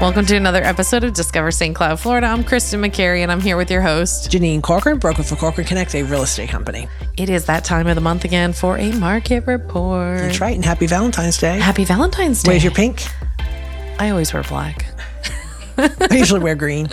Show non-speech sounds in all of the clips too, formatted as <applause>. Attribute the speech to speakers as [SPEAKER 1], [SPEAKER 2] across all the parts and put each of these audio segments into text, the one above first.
[SPEAKER 1] Welcome to another episode of Discover St. Cloud, Florida. I'm Kristen McCary, and I'm here with your host.
[SPEAKER 2] Janine Corcoran, broker for Corcoran Connect, a real estate company.
[SPEAKER 1] It is that time of the month again for a market report.
[SPEAKER 2] That's right. And happy Valentine's Day.
[SPEAKER 1] Happy Valentine's Day.
[SPEAKER 2] Where's your pink?
[SPEAKER 1] I always wear black.
[SPEAKER 2] I usually wear green.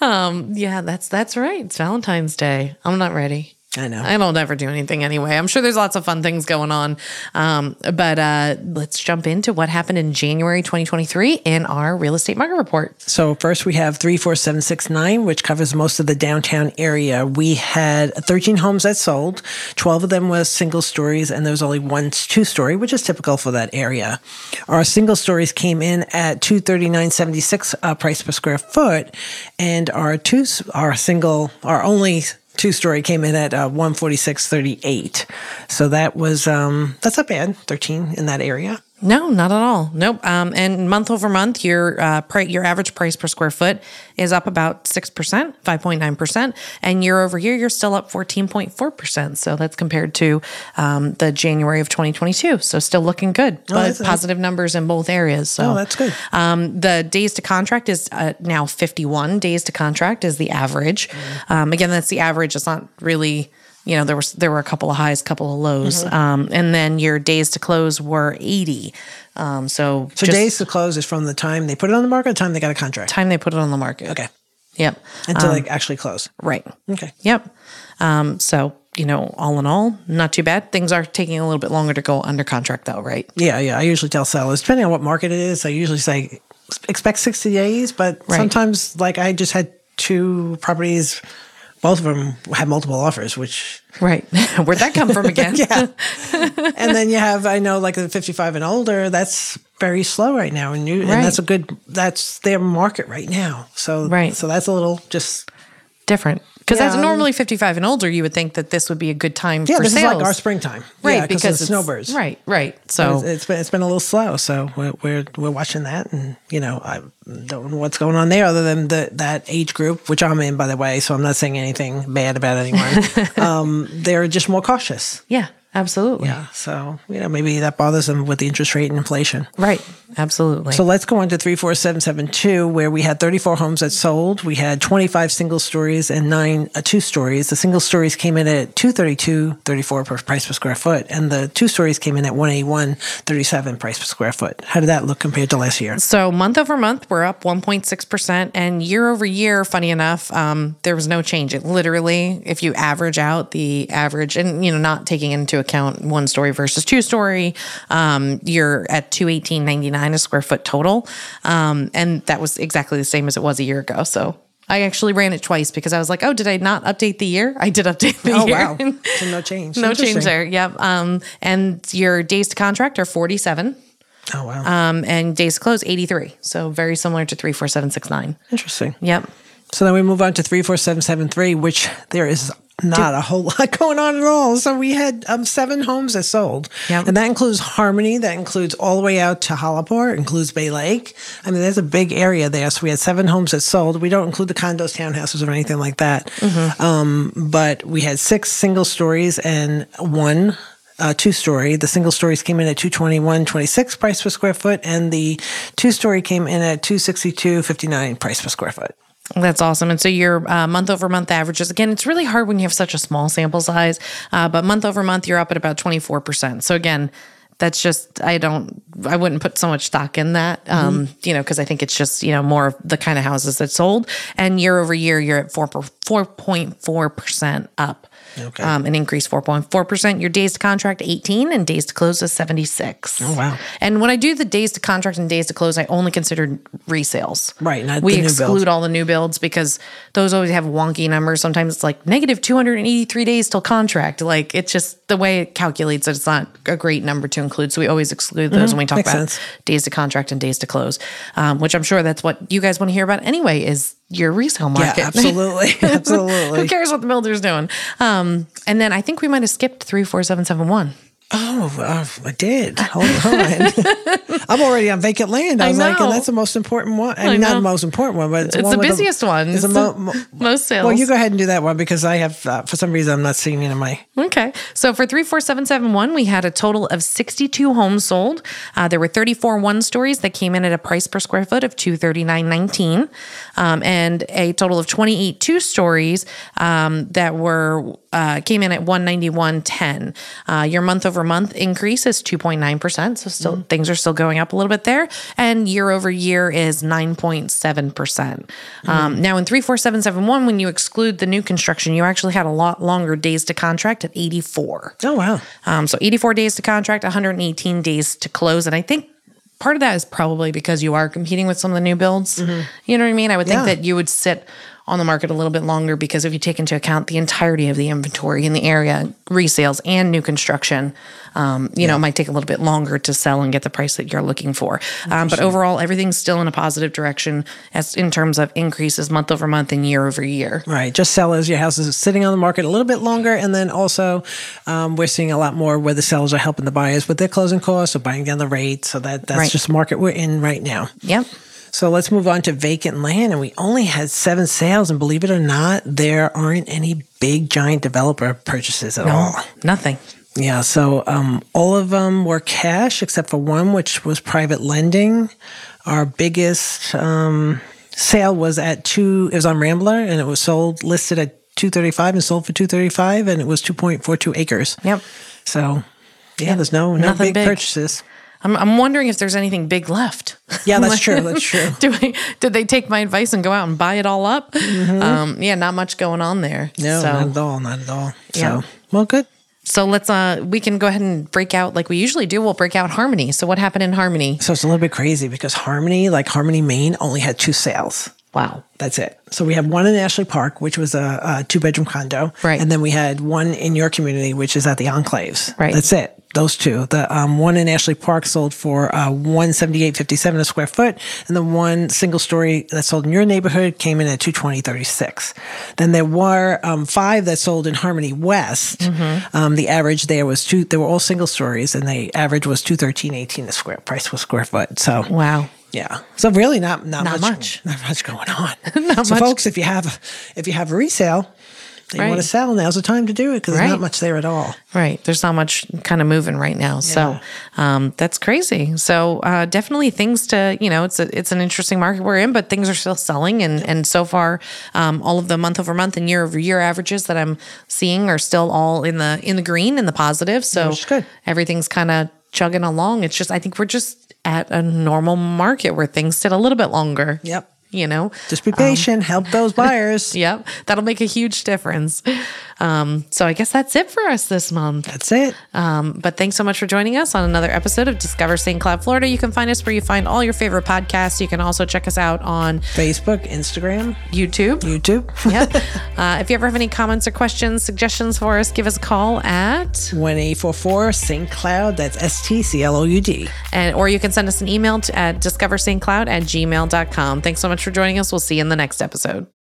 [SPEAKER 1] Yeah, that's that's right. It's Valentine's Day. I'm not ready.
[SPEAKER 2] I know.
[SPEAKER 1] I don't ever do anything anyway. I'm sure there's lots of fun things going on. Um, but uh, let's jump into what happened in January 2023 in our real estate market report.
[SPEAKER 2] So first we have 34769, which covers most of the downtown area. We had 13 homes that sold. 12 of them was single stories, and there was only one two story, which is typical for that area. Our single stories came in at 239.76 uh, price per square foot, and our two our single our only two story came in at uh, 146.38. So that was um that's not bad, 13 in that area.
[SPEAKER 1] No, not at all. Nope. Um, and month over month, your uh, pri- your average price per square foot is up about six percent, five point nine percent, and year over year, you're still up fourteen point four percent. So that's compared to um, the January of 2022. So still looking good, but
[SPEAKER 2] Oh, that's nice.
[SPEAKER 1] positive numbers in both areas. So
[SPEAKER 2] Oh, that's good.
[SPEAKER 1] um, the days to contract is uh, now 51 days to contract is the average.
[SPEAKER 2] Mm-hmm.
[SPEAKER 1] Um, again, that's the average. It's not really, you know, there was there were a couple of highs, couple of lows,
[SPEAKER 2] Mm-hmm.
[SPEAKER 1] um, and then your days to close were 80. Um, so
[SPEAKER 2] So
[SPEAKER 1] just
[SPEAKER 2] days to close is from the time they put it on the market, to the time they got a contract.
[SPEAKER 1] time they put it on the market.
[SPEAKER 2] Okay.
[SPEAKER 1] Yep. Uh,
[SPEAKER 2] Until
[SPEAKER 1] Um,
[SPEAKER 2] they actually close.
[SPEAKER 1] Right.
[SPEAKER 2] Okay.
[SPEAKER 1] Yep. Um, so you know, all in all, not too bad. Things are taking a little bit longer to go under contract, though, right?
[SPEAKER 2] <laughs> Yeah, yeah. I usually tell sellers, depending on what market it is, I usually say expect 60 days, but sometimes, like, I just had two properties, both of them had multiple offers, which,
[SPEAKER 1] Right. <laughs> Where'd that come from again?
[SPEAKER 2] <laughs> yeah. and then you have, I know, like the 55 and older, that's very slow right now. And, you,
[SPEAKER 1] Right.
[SPEAKER 2] and that's a good, that's their market right now. So,
[SPEAKER 1] Right.
[SPEAKER 2] so that's a little just,
[SPEAKER 1] <laughs> different because that's
[SPEAKER 2] Yeah.
[SPEAKER 1] normally 55 and older you would think that this would be a good time
[SPEAKER 2] yeah,
[SPEAKER 1] for
[SPEAKER 2] this
[SPEAKER 1] sales
[SPEAKER 2] is like our springtime.
[SPEAKER 1] right
[SPEAKER 2] Yeah,
[SPEAKER 1] because
[SPEAKER 2] of
[SPEAKER 1] it's-
[SPEAKER 2] the snowbirds.
[SPEAKER 1] right right so
[SPEAKER 2] It's- it's been it's been a little slow, so we're we're, we're watching that, and you know I don't know what's going on there other than the, that age group, which I'm in by the way. So I'm not saying anything bad about anyone. um, they're just more cautious.
[SPEAKER 1] yeah absolutely
[SPEAKER 2] Yeah, so you know maybe that bothers them with the interest rate and inflation.
[SPEAKER 1] right absolutely
[SPEAKER 2] So let's go on to 34772, where we had 34 homes that sold. We had 25 single stories and nine uh, two stories. The single stories came in at 232.34 per price per square foot, and the two stories came in at 181.37 price per square foot. How did that look compared to last year?
[SPEAKER 1] So month over month, we're up 1.6%. And year over year, funny enough, um, there was no change. It literally, if you average out the average and, you know, not taking into account one story versus two story, um, you're at 218.99 a square foot total. Um, and that was exactly the same as it was a year ago. So I actually ran it twice because I was like, oh, did I not update the year? I did update the
[SPEAKER 2] Oh
[SPEAKER 1] year. <laughs>
[SPEAKER 2] wow, so no change.
[SPEAKER 1] no change
[SPEAKER 2] Interesting.
[SPEAKER 1] there. Yep. Um, and your days to contract are 47
[SPEAKER 2] Oh wow,
[SPEAKER 1] um, and days to close 83. So very similar to 34769.
[SPEAKER 2] interesting.
[SPEAKER 1] Yep.
[SPEAKER 2] So then we move on to 34773, which there is not a whole <laughs> lot going on at all. So we had um, seven homes that sold.
[SPEAKER 1] Yep.
[SPEAKER 2] And that includes Harmony, that includes all the way out to Hollaport, includes Bay Lake. I mean, there's a big area there. So we had seven homes that sold. We don't include the condos, townhouses, or anything like that. Um, but we had six single stories and one. Uh, two story. The single stories came in at two twenty one twenty six price per square foot, and the two story came in at two sixty two fifty nine price per square foot.
[SPEAKER 1] That's awesome. And so your uh, month over month averages, again, it's really hard when you have such a small sample size, uh, but month over month, you're up at about 24%. So again, that's just, I don't, I wouldn't put so much stock in that, um,
[SPEAKER 2] Mm-hmm.
[SPEAKER 1] you know, because I think it's just, you know, more of the kind of houses that sold. And year over year, you're at 4, per- 4.4% up.
[SPEAKER 2] Okay.
[SPEAKER 1] Um, an increase 4.4%. Your days to contract 18 and days to close is 76.
[SPEAKER 2] Oh, wow.
[SPEAKER 1] And when I do the days to contract and days to close, I only consider resales.
[SPEAKER 2] Right, not
[SPEAKER 1] we
[SPEAKER 2] the new build.
[SPEAKER 1] exclude all the new builds because those always have wonky numbers. Sometimes it's like negative 283 days till contract. Like it's just the way it calculates it. It's not a great number to include. So we always exclude those when we talk
[SPEAKER 2] Mm-hmm. makes
[SPEAKER 1] about
[SPEAKER 2] sense.
[SPEAKER 1] days to contract and days to close, um, which I'm sure that's what you guys want to hear about anyway is your resale market. <laughs>
[SPEAKER 2] Yeah, absolutely,
[SPEAKER 1] Who
[SPEAKER 2] absolutely.
[SPEAKER 1] cares what the builder's doing? Um, and then I think we might have skipped 34771.
[SPEAKER 2] Oh, uh, I did. Hold
[SPEAKER 1] <laughs>
[SPEAKER 2] on. I'm already on vacant land. I,
[SPEAKER 1] I
[SPEAKER 2] was like,
[SPEAKER 1] know.
[SPEAKER 2] and that's the most important one. I mean, not
[SPEAKER 1] know.
[SPEAKER 2] the most important one, but it's,
[SPEAKER 1] It's
[SPEAKER 2] one
[SPEAKER 1] the
[SPEAKER 2] with
[SPEAKER 1] busiest one.
[SPEAKER 2] it's the
[SPEAKER 1] It's
[SPEAKER 2] mo-
[SPEAKER 1] the
[SPEAKER 2] mo-
[SPEAKER 1] most sales.
[SPEAKER 2] well, you go ahead and do that one because I have, uh, for some reason, I'm not seeing it in my.
[SPEAKER 1] Okay. So for 34771, we had a total of 62 homes sold. Uh, there were 34 one stories that came in at a price per square foot of 239.19 um, and a total of 28 two stories um, that were uh, came in at 191.10. Uh, your month over month increase is 2.9%, so still things are still going up a little bit there and year over year is 9.7%. Um, now, in 34771, when you exclude the new construction, you actually had a lot longer days to contract at 84.
[SPEAKER 2] Oh, wow.
[SPEAKER 1] Um, so 84 days to contract, 118 days to close. And I think part of that is probably because you are competing with some of the new builds. You know what I mean? I would think
[SPEAKER 2] Yeah.
[SPEAKER 1] that you would sit on the market a little bit longer because if you take into account the entirety of the inventory in the area, resales and new construction, um, you know, it might take a little bit longer to sell and get the price that you're looking for. Um, but overall, everything's still in a positive direction as in terms of increases month over month and year over year.
[SPEAKER 2] Right. Just sellers, your house is sitting on the market a little bit longer. And then also, um, we're seeing a lot more where the sellers are helping the buyers with their closing costs or buying down the rate. So that, that's
[SPEAKER 1] Right.
[SPEAKER 2] just the market we're in right now.
[SPEAKER 1] Yep.
[SPEAKER 2] So let's move on to vacant land. And we only had seven sales. And believe it or not, there aren't any big giant developer purchases at all.
[SPEAKER 1] Nothing.
[SPEAKER 2] Yeah. So um, all of them were cash except for one, which was private lending. Our biggest um, sale was at two, it was on Rambler and it was sold, listed at 235 and sold for 235 and it was 2.42 acres.
[SPEAKER 1] Yep.
[SPEAKER 2] So. Yeah, there's no no
[SPEAKER 1] nothing
[SPEAKER 2] big,
[SPEAKER 1] big.
[SPEAKER 2] purchases.
[SPEAKER 1] I'm, I'm wondering if there's anything big left.
[SPEAKER 2] Yeah,
[SPEAKER 1] <laughs>
[SPEAKER 2] that's true. That's true.
[SPEAKER 1] Do I, did they take my advice and go out and buy it all up? Um, yeah, not much going on there.
[SPEAKER 2] Mm-hmm. No, not
[SPEAKER 1] So,
[SPEAKER 2] at all. Not at all.
[SPEAKER 1] Yeah.
[SPEAKER 2] So, well, good.
[SPEAKER 1] so let's, uh, we can go ahead and break out like we usually do. We'll break out Harmony. So, what happened in Harmony?
[SPEAKER 2] So it's a little bit crazy because Harmony, like Harmony Maine, only had two sales.
[SPEAKER 1] Wow.
[SPEAKER 2] That's it. So we have one in Ashley Park, which was a, a two bedroom condo.
[SPEAKER 1] Right.
[SPEAKER 2] And then we had one in your community, which is at the Enclaves.
[SPEAKER 1] Right.
[SPEAKER 2] That's it. Those two. The um, one in Ashley Park sold for uh, one seventy eight fifty seven a square foot, and the one single story that sold in your neighborhood came in at two twenty thirty six. Then there were um, five that sold in Harmony West.
[SPEAKER 1] Mm-hmm.
[SPEAKER 2] Um, the average there was two. They were all single stories, and the average was two thirteen eighteen a square price was square foot. So
[SPEAKER 1] Wow.
[SPEAKER 2] yeah. So really not not,
[SPEAKER 1] Not
[SPEAKER 2] much, not much going on.
[SPEAKER 1] <laughs> Not
[SPEAKER 2] so
[SPEAKER 1] much.
[SPEAKER 2] folks, if you have if you have a resale that you want
[SPEAKER 1] Right.
[SPEAKER 2] to sell, now's the time to do it because there's
[SPEAKER 1] Right.
[SPEAKER 2] not much there at all.
[SPEAKER 1] Right. There's not much kind of moving right now. So um, that's crazy. So uh, definitely things to, you know, it's a, it's an interesting market we're in, but things are still selling. And, and so far, um, all of the month over month and year over year averages that I'm seeing are still all in the, in the green and the positive. So
[SPEAKER 2] Which is good.
[SPEAKER 1] everything's kind of chugging along. It's just, I think we're just at a normal market where things sit a little bit longer.
[SPEAKER 2] Yep.
[SPEAKER 1] You know,
[SPEAKER 2] Just be patient, help
[SPEAKER 1] <laughs>
[SPEAKER 2] those buyers.
[SPEAKER 1] yep. That'll make a huge difference. Um, so I guess that's it for us this month.
[SPEAKER 2] That's it.
[SPEAKER 1] Um, but thanks so much for joining us on another episode of Discover St. Cloud, Florida. You can find us where you find all your favorite podcasts. You can also check us out on
[SPEAKER 2] Facebook, Instagram,
[SPEAKER 1] YouTube.
[SPEAKER 2] YouTube.
[SPEAKER 1] Yep. uh, if you ever have any comments or questions, suggestions for us, give us a call at,
[SPEAKER 2] <laughs> One eight four four St. Cloud. That's S T C L O U D.
[SPEAKER 1] and or you can send us an email to, at discoverstcloud at gmail.com. Thanks so much for joining us. We'll see you in the next episode.